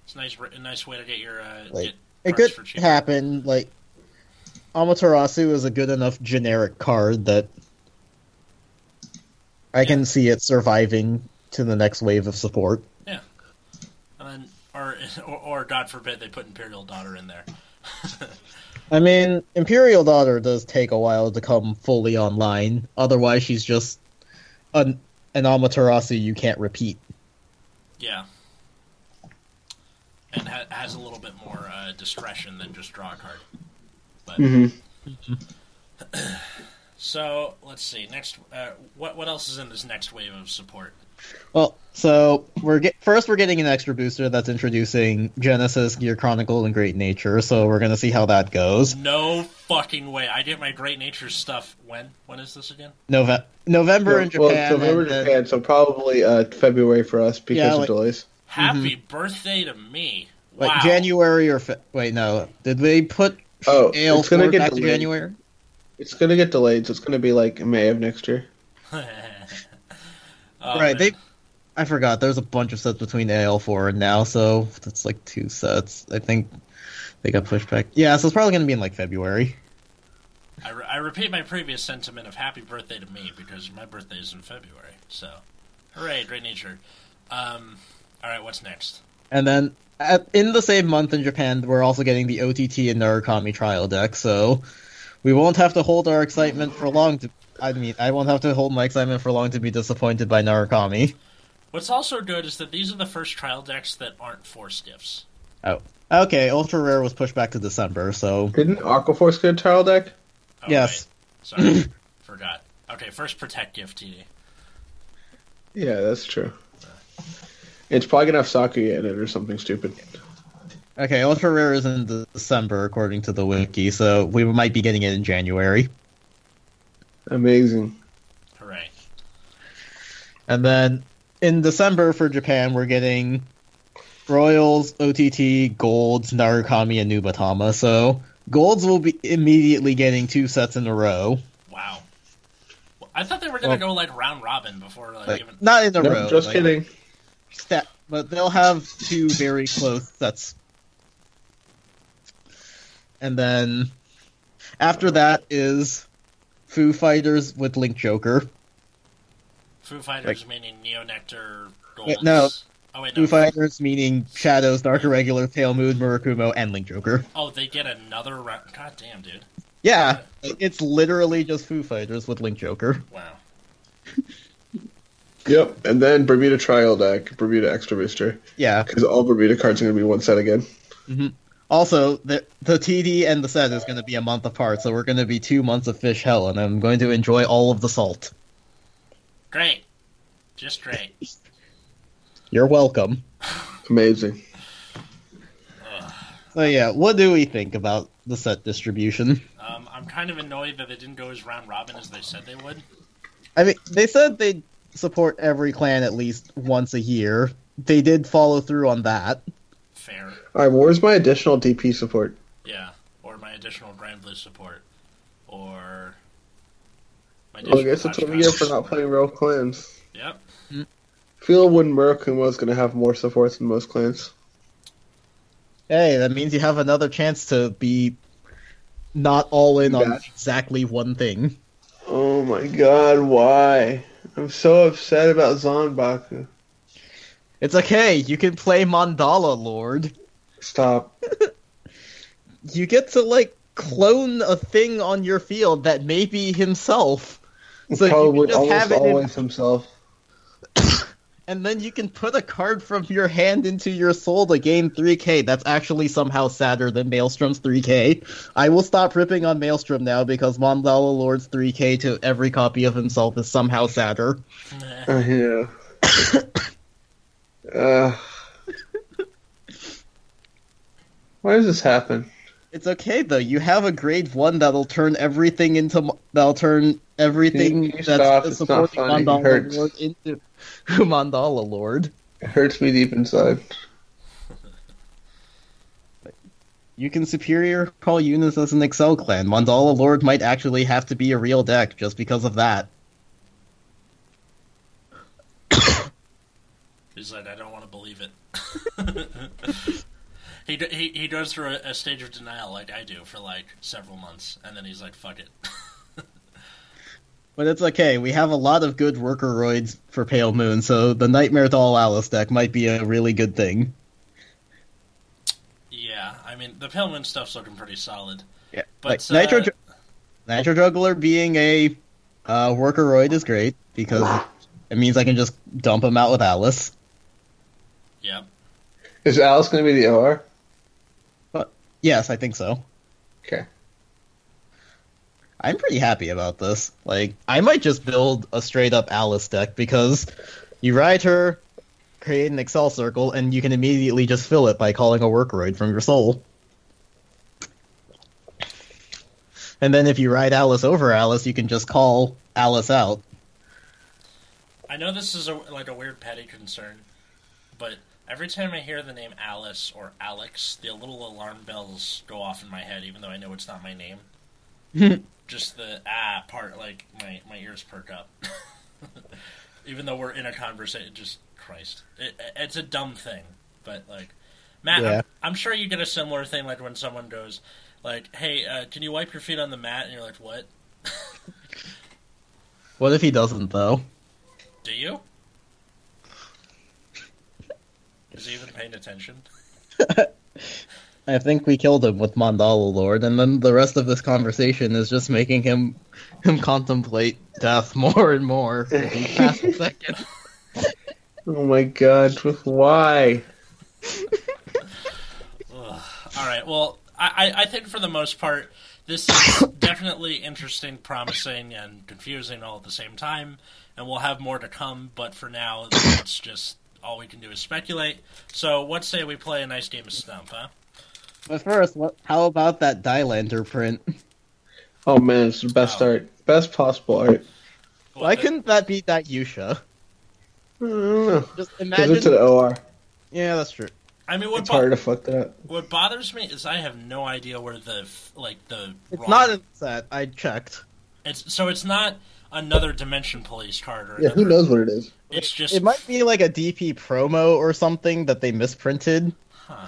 S1: it's a nice, re- a nice way to get your uh,
S3: Like,
S1: get
S3: It
S1: cards
S3: could
S1: for cheap.
S3: happen. Like Amaterasu is a good enough generic card that I can see it surviving to the next wave of support.
S1: and then, or, or or God forbid they put Imperial Daughter in there.
S3: I mean, Imperial Daughter does take a while to come fully online. Otherwise, she's just an, an Amaterasu you can't repeat.
S1: Yeah, and ha- has a little bit more uh, discretion than just draw a card. But
S2: hmm
S1: so let's see next. Uh, what what else is in this next wave of support?
S3: Well, so we're get, first we're getting an extra booster that's introducing Genesis, Gear Chronicle, and Great Nature. So we're gonna see how that goes.
S1: No fucking way! I get my Great Nature stuff when? When is this again?
S3: Nove- November in Japan.
S2: well, it's November in
S3: and then-
S2: Japan, so probably uh, February for us because
S3: Yeah,
S2: of
S3: like-
S2: delays.
S1: Happy birthday to me!
S3: Mm-hmm. Like
S1: wow.
S3: January or fe- wait, no, did they put
S2: Oh,
S3: Ale
S2: it's gonna
S3: forward
S2: get
S3: back to
S2: delayed.
S3: January?
S2: It's gonna get delayed, so it's gonna be like May of next year.
S1: Oh,
S3: right,
S1: man.
S3: they. I forgot. There's a bunch of sets between AL four and now, so that's like two sets. I think they got pushed back. Yeah, so it's probably gonna be in like February.
S1: I, re- I repeat my previous sentiment of happy birthday to me because my birthday is in February. So, hooray, great nature. Um, all right, what's next?
S3: And then at, in the same month in Japan, we're also getting the OTT and Narukami trial deck, so we won't have to hold our excitement for long. To, I mean, I won't have to hold my excitement for long to be disappointed by Narukami.
S1: What's also good is that these are the first trial decks that aren't force gifts. Oh.
S3: Okay, Ultra Rare was pushed back to December, so
S2: Didn't Aquaforce get a tile deck?
S1: Oh,
S3: yes.
S1: right. Sorry, forgot. Okay, first protect gift TD.
S2: Yeah, that's true. It's probably gonna have Sakuya in it or something stupid.
S3: Okay, Ultra Rare is in de- December, according to the wiki, so we might be getting it in January.
S2: Amazing.
S1: Hooray.
S3: And then in December for Japan, we're getting Royals, OTT, Golds, Narukami, and Nubatama. So Golds will be immediately getting two sets in a row.
S1: Wow. Well, I thought they were gonna go like round robin before like,
S3: Like,
S1: even.
S3: not in a
S2: No,
S3: row.
S2: just
S3: like,
S2: kidding.
S3: Step, but they'll have two very close sets. And then after that is Foo Fighters with Link Joker.
S1: Foo Fighters meaning Neo Nectar. Golds.
S3: Wait, no.
S1: Oh wait, no.
S3: Foo Fighters meaning Shadows, Dark Irregular, Tail Mood, Murakumo, and Link Joker.
S1: oh, they get another round. God damn, dude.
S3: Yeah, it's literally just Foo Fighters with Link Joker.
S1: Wow.
S2: Yep, and then Bermuda trial deck, Bermuda extra booster,
S3: Yeah.
S2: because all Bermuda cards are gonna be one set again.
S3: Also, the the TD and the set is going to be a month apart, so we're going to be two months of fish hell, and I'm going to enjoy all of the salt.
S1: Great. Just great.
S3: You're welcome.
S2: Amazing.
S3: So yeah, what do we think about the set distribution?
S1: Um, I'm kind of annoyed that they didn't go as round robin as they said they would.
S3: I mean, they said they'd support every clan at least once a year. They did follow through on that.
S1: Fair.
S2: All right, where's my additional DP support?
S1: Yeah. Or my additional Grand Blue support. Or. My
S2: Well, Oh, I guess that's what
S1: additional
S2: we get for
S1: Hodgepodge
S2: not playing real clans.
S1: support. Yep.
S2: Feel when Murakumo is gonna have more supports than most clans.
S3: Hey, that means you have another chance to be not all in on
S2: Gotcha.
S3: exactly one thing.
S2: Oh my god, why? I'm so upset about Zanbaku.
S3: It's okay. You can play Mandala Lord.
S2: Stop.
S3: You get to like clone a thing on your field that may be himself. So you can
S2: Probably
S3: just
S2: almost
S3: have it, in,
S2: always himself.
S3: and then you can put a card from your hand into your soul to gain 3k. That's actually somehow sadder than Maelstrom's 3k. I will stop ripping on Maelstrom now because Mandala Lord's 3k to every copy of himself is somehow sadder.
S1: Meh.
S2: Uh, yeah. uh, why does this happen?
S3: It's okay though. You have a grade one that'll turn everything into that'll turn everything
S2: Can you- can you stop?
S3: that's
S2: It's
S3: supporting
S2: not funny. It
S3: Mandala
S2: hurts.
S3: Lord into Mandala Lord.
S2: It hurts me deep inside.
S3: You can superior call Eunice as an Excel clan. Mandala Lord might actually have to be a real deck just because of that.
S1: He's like, I don't want to believe it. he, d- he he goes through a, a stage of denial like I do for like several months, and then he's like, "Fuck it."
S3: But it's okay. We have a lot of good workeroids for Pale Moon, so the Nightmare Doll Alice deck might be a really good thing.
S1: yeah, I mean the pale moon stuff's looking pretty solid.
S3: Yeah,
S1: But,
S3: like, Nitro,
S1: uh,
S3: Ju- Nitro Juggler being a uh, workeroid is great because it means I can just dump him out with Alice.
S1: Yeah,
S2: Is Alice going to be the OR?
S3: Yes, I think so.
S2: Okay.
S3: I'm pretty happy about this. Like, I might just build a straight up Alice deck because you ride her, create an Excel circle, and you can immediately just fill it by calling a workeroid from your soul. And then if you ride Alice over Alice, you can just call Alice out.
S1: I know this is a, like a weird petty concern, but every time I hear the name Alice or Alex, the little alarm bells go off in my head, even though I know it's not my name. Just the ah part, like my my ears perk up. even though we're in a conversation, just Christ, it, it's a dumb thing, but like. Matt,
S3: Yeah.
S1: I'm, I'm sure you get a similar thing, like when someone goes, like, "Hey, uh, can you wipe your feet on the mat?" And you're like, "What?
S3: What if he doesn't, though?
S1: Do you?" Is he even paying attention?
S3: I think we killed him with Mandala Lord, and then the rest of this conversation is just making him him contemplate death more and more. Past the second.
S2: Oh my god, why?
S1: Ugh. All right. Well, I, I- I think for the most part, this is definitely interesting, promising, and confusing all at the same time. And we'll have more to come. But for now, it's just all we can do is speculate. So, what say we play a nice game of Stump, huh?
S3: But first, what, how about that Dylander print?
S2: Oh man, it's the best
S1: Wow.
S2: art. Best possible art.
S1: Well,
S3: Why couldn't that be that Yusha?
S2: I don't know.
S3: Just
S2: 'Cause
S3: imagine.
S2: it's an OR.
S3: Yeah, that's true.
S1: I mean, what,
S2: It's
S1: bo-
S2: hard to fuck that up.
S1: what bothers me is I have no idea where the f- like the
S3: It's
S1: wrong-
S3: not in the set. I checked.
S1: it's so it's not another dimension police card or
S2: Yeah, who
S1: another-
S2: knows what it is?
S1: It's just
S3: It might be like a DP promo or something that they misprinted.
S1: Huh.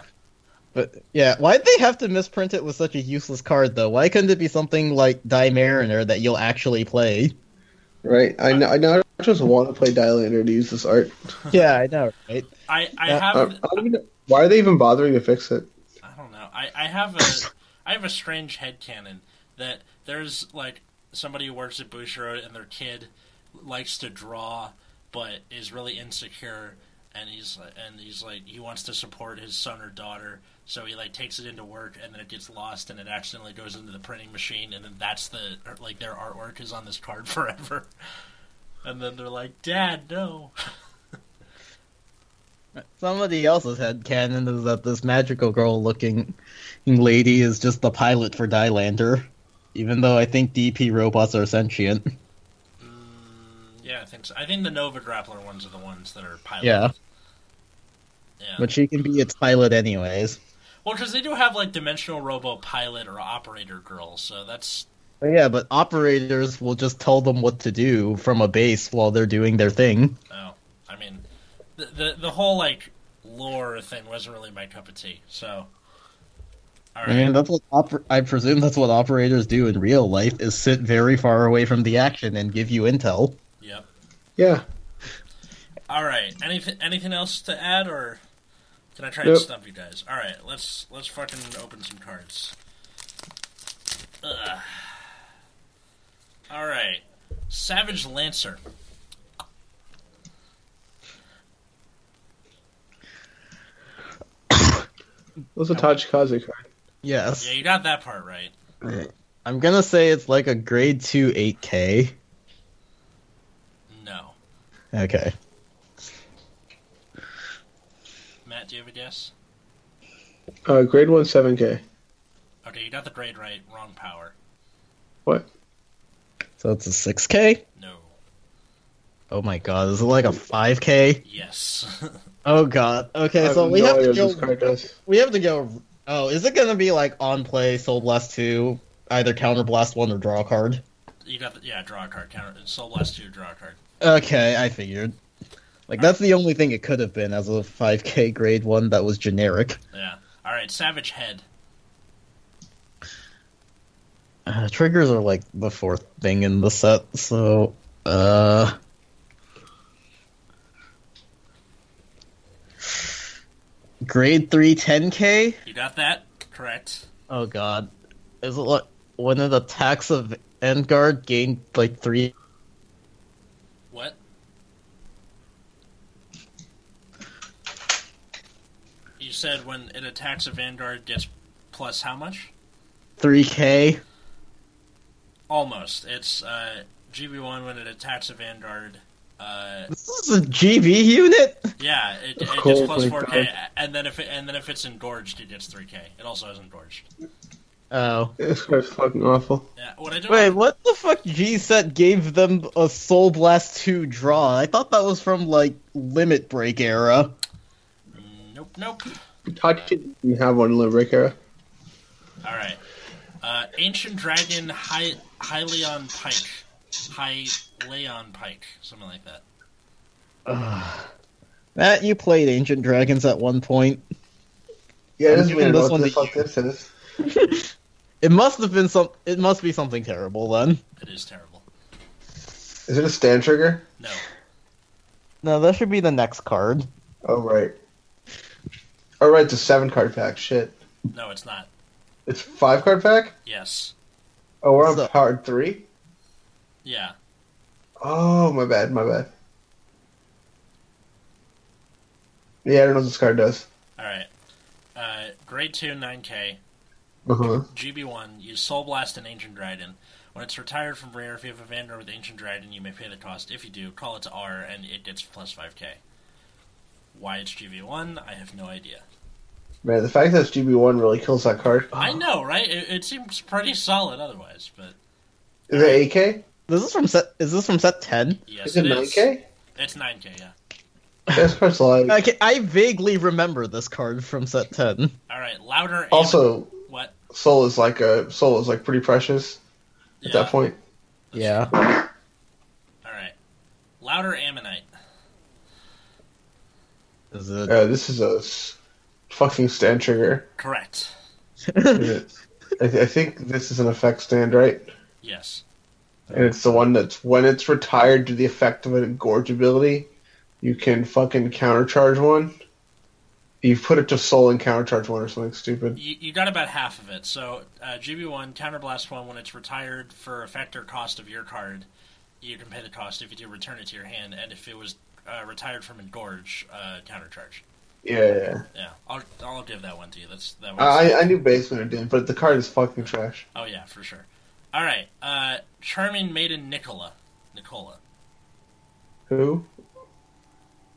S3: But yeah, why did they have to misprint it with such a useless card though? Why couldn't it be something like Die Mariner that you'll actually play?
S2: Right? I know. I know. I just want to play Dilator to use this art.
S3: yeah, I know, right?
S1: I I
S3: Yeah,
S1: have
S2: I, I don't even, why are they even bothering to fix it?
S1: I don't know. I, I have a I have a strange headcanon that there's like somebody who works at Bushiroad and their kid likes to draw but is really insecure and he's li- and he's like he wants to support his son or daughter so he like takes it into work and then it gets lost and it accidentally goes into the printing machine and then that's the or, like their artwork is on this card forever and then they're like dad no
S3: Somebody else's headcanon is that this magical girl looking lady is just the pilot for Dylander, even though I think DP robots are sentient.
S1: Mm, yeah I think so I think the Nova Grappler ones are the ones that are pilot
S3: Yeah,
S1: yeah
S3: but she can be its pilot anyways.
S1: Well, because they do have like dimensional robo pilot or operator girls, so that's
S3: But yeah, but operators will just tell them what to do from a base while they're doing their thing.
S1: oh, I mean, the the, the whole like lore thing wasn't really my cup of tea. So, all
S3: I mean,
S1: right,
S3: that's what oper- I presume that's what operators do in real life is sit very far away from the action and give you intel.
S1: yep,
S2: Yeah.
S1: all right. Anything anything else to add, or can I try
S2: Nope.
S1: and stump you guys? All right, let's let's fucking open some cards. Ugh. All right, Savage Lancer.
S2: What's a Tachikaze card?
S3: Yes.
S1: Yeah, you got that part right.
S3: I'm gonna say it's like a grade two 8K.
S1: No,
S3: Okay.
S1: Matt, do you have a guess?
S2: Uh, grade one, seven K.
S1: Okay, you got the grade right. Wrong power.
S2: What?
S3: So it's a 6K?
S1: No.
S3: Oh my god, is it like a 5K?
S1: Yes.
S3: Oh god.
S2: I
S3: Okay,
S2: have
S3: so we
S2: no
S3: have
S2: idea
S3: to
S2: what this
S3: go
S2: card does.
S3: we have to go Oh, is it gonna be like on play, soul blast two, either counter blast one or draw a card?
S1: you got the, yeah, draw a card. Counter. Soul Blast 2, draw a card.
S3: Okay, I figured. Like that's the only thing it could have been as a 5K grade one that was generic.
S1: Yeah. All right, Savage Head.
S3: Uh, triggers are like the fourth thing in the set, so uh grade 3 10K?
S1: You got that correct.
S3: Oh god. Is it like when an attacks of Endguard gained like 3
S1: What? You said when it attacks a vanguard gets plus how much?
S3: 3K?
S1: Almost. It's uh, GB1 when it attacks a vanguard. Uh,
S3: This is a GV unit?
S1: yeah, it, it gets
S2: Oh
S1: plus
S2: my
S1: 4k, and then if it, and then if it's engorged, it gets 3k. It also is engorged.
S3: Oh.
S2: This guy's fucking awful.
S1: Yeah. What I do?
S3: Wait, what the fuck G set gave them a Soul Blast 2 draw? I thought that was from like Limit Break era.
S1: Nope. Nope.
S2: Tachi didn't have one in Limerick era.
S1: All right. Uh, Ancient Dragon High Hylion Pike, High Leon Pike, something like that.
S3: Matt, you played Ancient Dragons at one point.
S2: Yeah,
S3: it is weird what the fuck
S2: this is.
S3: It must have been some it must be something terrible then.
S1: It is terrible.
S2: Is it a stand trigger?
S1: No.
S3: No, that should be the next card.
S2: Oh right. Oh right, it's a seven card pack. Shit.
S1: No, it's not.
S2: It's five card pack?
S1: Yes.
S2: Oh we're on
S3: So-
S2: card three?
S1: Yeah.
S2: Oh my bad, my bad. Yeah, I don't know what this card does.
S1: All right. Uh, grade 2, 9K.
S2: Uh-huh.
S1: GB1, use Soul Blast and Ancient Dragon. When it's retired from rare, if you have a Vandor with Ancient Dragon, you may pay the cost. If you do, call it to R, and it gets plus 5k. Why it's GB1, I have no idea.
S2: Man, the fact that it's GB one really kills that card.
S1: I know, right? It, it seems pretty solid otherwise, but
S2: Is it AK?
S3: This is from set is this from set ten?
S1: yes,
S2: Is it
S1: it
S2: nine
S1: is.
S2: K?
S1: It's 9k, yeah.
S2: This card's like
S3: Okay, I vaguely remember this card from set ten.
S1: All right, louder. aim-
S2: also
S1: what?
S2: soul is like a soul is like pretty precious
S1: Yeah.
S2: at that point.
S3: Yeah.
S1: All right, louder ammonite.
S3: Is it
S2: Uh, this is a s- fucking stand trigger.
S1: Correct.
S2: I, th- I think this is an effect stand, right?
S1: Yes.
S2: And it's the one that's when it's retired to the effect of an engorge ability, you can fucking countercharge one. You put it to soul and countercharge one or something stupid.
S1: You, you got about half of it. So uh, GB1 counterblast one when it's retired for effect or cost of your card, you can pay the cost if you do return it to your hand, and if it was uh, retired from engorge, uh, countercharge.
S2: Yeah, yeah.
S1: Yeah, I'll, I'll give that one to you. That's that one.
S2: I, I knew basement it did, but the card is fucking trash.
S1: Oh yeah, for sure. All right, uh, charming maiden Nicola. Nicola.
S2: Who?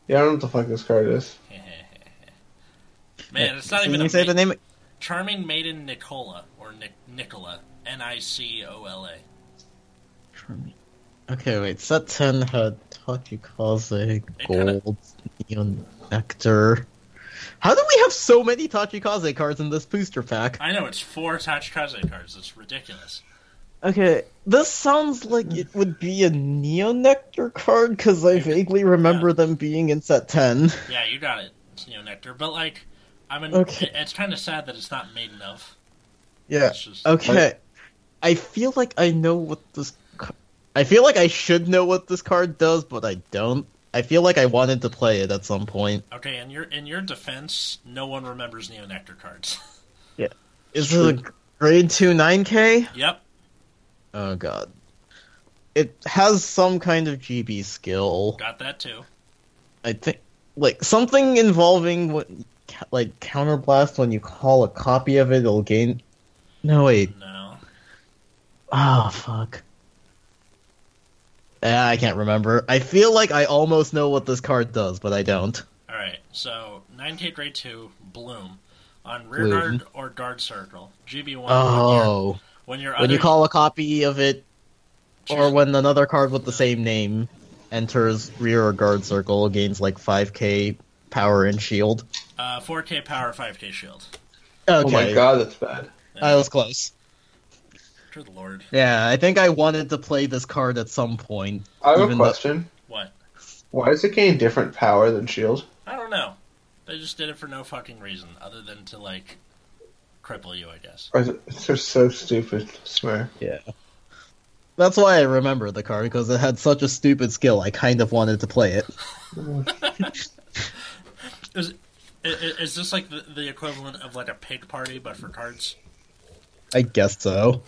S2: Yeah, I don't know what the fuck this card is.
S1: Man, it's not
S3: Can
S1: even.
S3: you
S1: a
S3: say
S1: ma-
S3: the name
S1: Charming Maiden Nicola, or Nic- Nicola, N I C O L A.
S3: Okay, wait, set ten had Tachikaze,
S1: It kinda-
S3: Gold, Neon Nectar. How do we have so many Tachikaze cards in this booster pack?
S1: I know, it's four Tachikaze cards. It's ridiculous.
S3: Okay, this sounds like it would be a Neon Nectar card because I vaguely remember them being in set 10.
S1: Yeah, you got it, Neo Nectar. But, like, I mean,
S3: Okay.
S1: it- it's kind of sad that it's not Maiden of.
S3: Yeah.
S1: It's just,
S3: Okay, I feel like I know what this. ca- I feel like I should know what this card does, but I don't. I feel like I wanted to play it at some point.
S1: Okay, in your, in your defense, no one remembers Neo Nectar cards.
S3: Is it a grade 2 9K?
S1: yep.
S3: Oh god. It has some kind of GB skill.
S1: Got that too.
S3: I think like something involving what ca- like counterblast when you call a copy of it it'll gain No wait.
S1: No.
S3: Oh fuck. Ah, I can't remember. I feel like I almost know what this card does, but I don't.
S1: All right, so 9K Grade 2, Bloom. On rear
S3: Bloom.
S1: guard or guard circle, GB1.
S3: Oh.
S1: When you're
S3: When you call a copy of it or when another card with the
S1: Yeah.
S3: same name enters rear or guard circle gains like 5k power and shield.
S1: uh, 4K power, 5K shield.
S3: Okay.
S2: Oh my god, that's bad.
S3: I was close.
S1: Good lord.
S3: Yeah, I think I wanted to play this card at some point.
S2: I have
S3: Even
S2: a
S3: though-
S2: question.
S1: What?
S2: Why does it gain different power than shield?
S1: I don't know. They just did it for no fucking reason other than to like cripple you, I guess.
S2: Or is it- They're so stupid. I swear.
S3: Yeah. That's why I remember the card because it had such a stupid skill. I kind of wanted to play it.
S1: I- I- Is this like the, the equivalent of like a pig party but for cards,
S3: I guess so.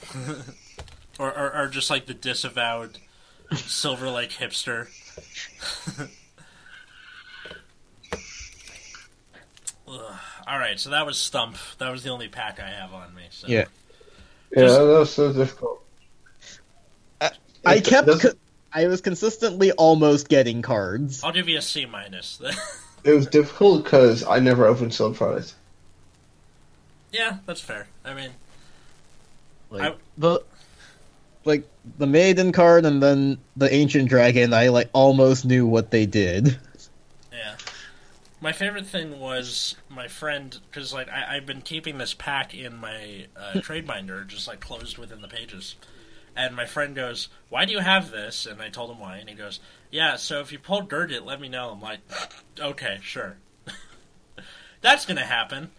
S1: or or, or just like the disavowed Silver Lake hipster? Ugh. All right, so that was Stump. That was the only pack I have on me. So.
S3: Yeah.
S2: Yeah,
S1: Just-
S2: that was so difficult.
S3: I
S2: It
S3: kept.
S2: doesn't-
S3: co- I was consistently almost getting cards.
S1: I'll give you a C minus.
S2: It was difficult because I never opened sealed product.
S1: yeah, that's fair. I mean,
S3: Like
S1: I-
S3: the like the maiden card and then the ancient dragon. I like almost knew what they did.
S1: Yeah. My favorite thing was my friend, because like I, I've been keeping this pack in my uh, trade binder, just like closed within the pages. And my friend goes, "Why do you have this?" And I told him why, and he goes, "Yeah, so if you pull Gurgit, let me know." I'm like, "Okay, sure." That's gonna happen.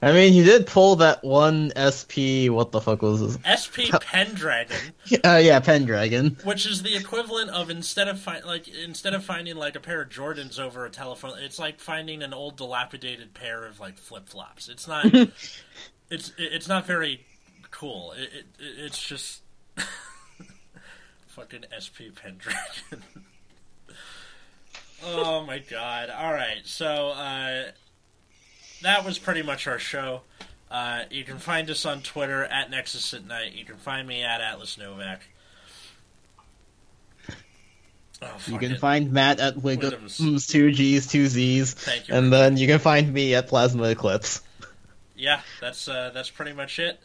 S3: I mean, he did pull that one SP. What the fuck was this?
S1: SP Pendragon,
S3: Uh, yeah, Pendragon.
S1: which is the equivalent of instead of fi- like instead of finding like a pair of Jordans over a telephone, it's like finding an old dilapidated pair of like flip flops. It's not. it's it- it's not very cool. It, it it- it's just fucking SP Pendragon. oh my god! All right, so uh, that was pretty much our show. Uh, you can find us on Twitter at Nexus at Night. You can find me at Atlas Novak. Oh,
S3: You
S1: fuck
S3: can
S1: it.
S3: find Matt at
S1: Wiggums.
S3: Wiggums, two G's, two Z's,
S1: Thank you.
S3: and then you can find me at Plasma Eclipse.
S1: yeah, that's uh, that's pretty much it.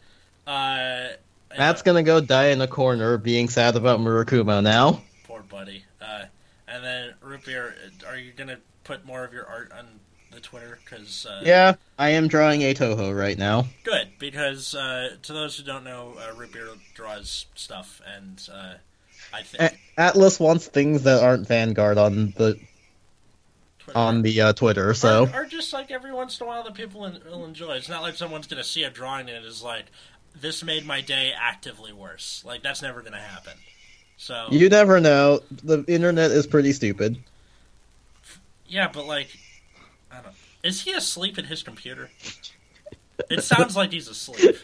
S1: Uh,
S3: Matt's gonna go die in a corner, being sad about Murakumo now.
S1: Poor buddy. Uh, and then root beer. Are you gonna put more of your art on the Twitter? Because uh,
S3: Yeah, I am drawing a Toho right now.
S1: good. Because uh, to those who don't know, uh, root beer draws stuff, and uh, I think
S3: A- Atlas wants things that aren't Vanguard on the
S1: Twitter
S3: on the uh, Twitter, so
S1: or, or just like every once in a while that people en- will enjoy. It's not like someone's gonna see a drawing and it is like, this made my day actively worse. Like that's never gonna happen. So
S3: you never know. The internet is pretty stupid.
S1: yeah, but like, I don't. Is he asleep at his computer? It sounds like he's asleep.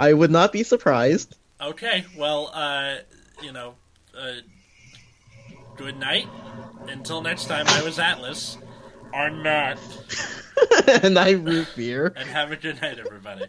S3: I would not be surprised.
S1: Okay, well, uh, you know, uh, good night. Until next time, I was Atlas. I'm Matt.
S3: and I root beer.
S1: And have a good night, everybody.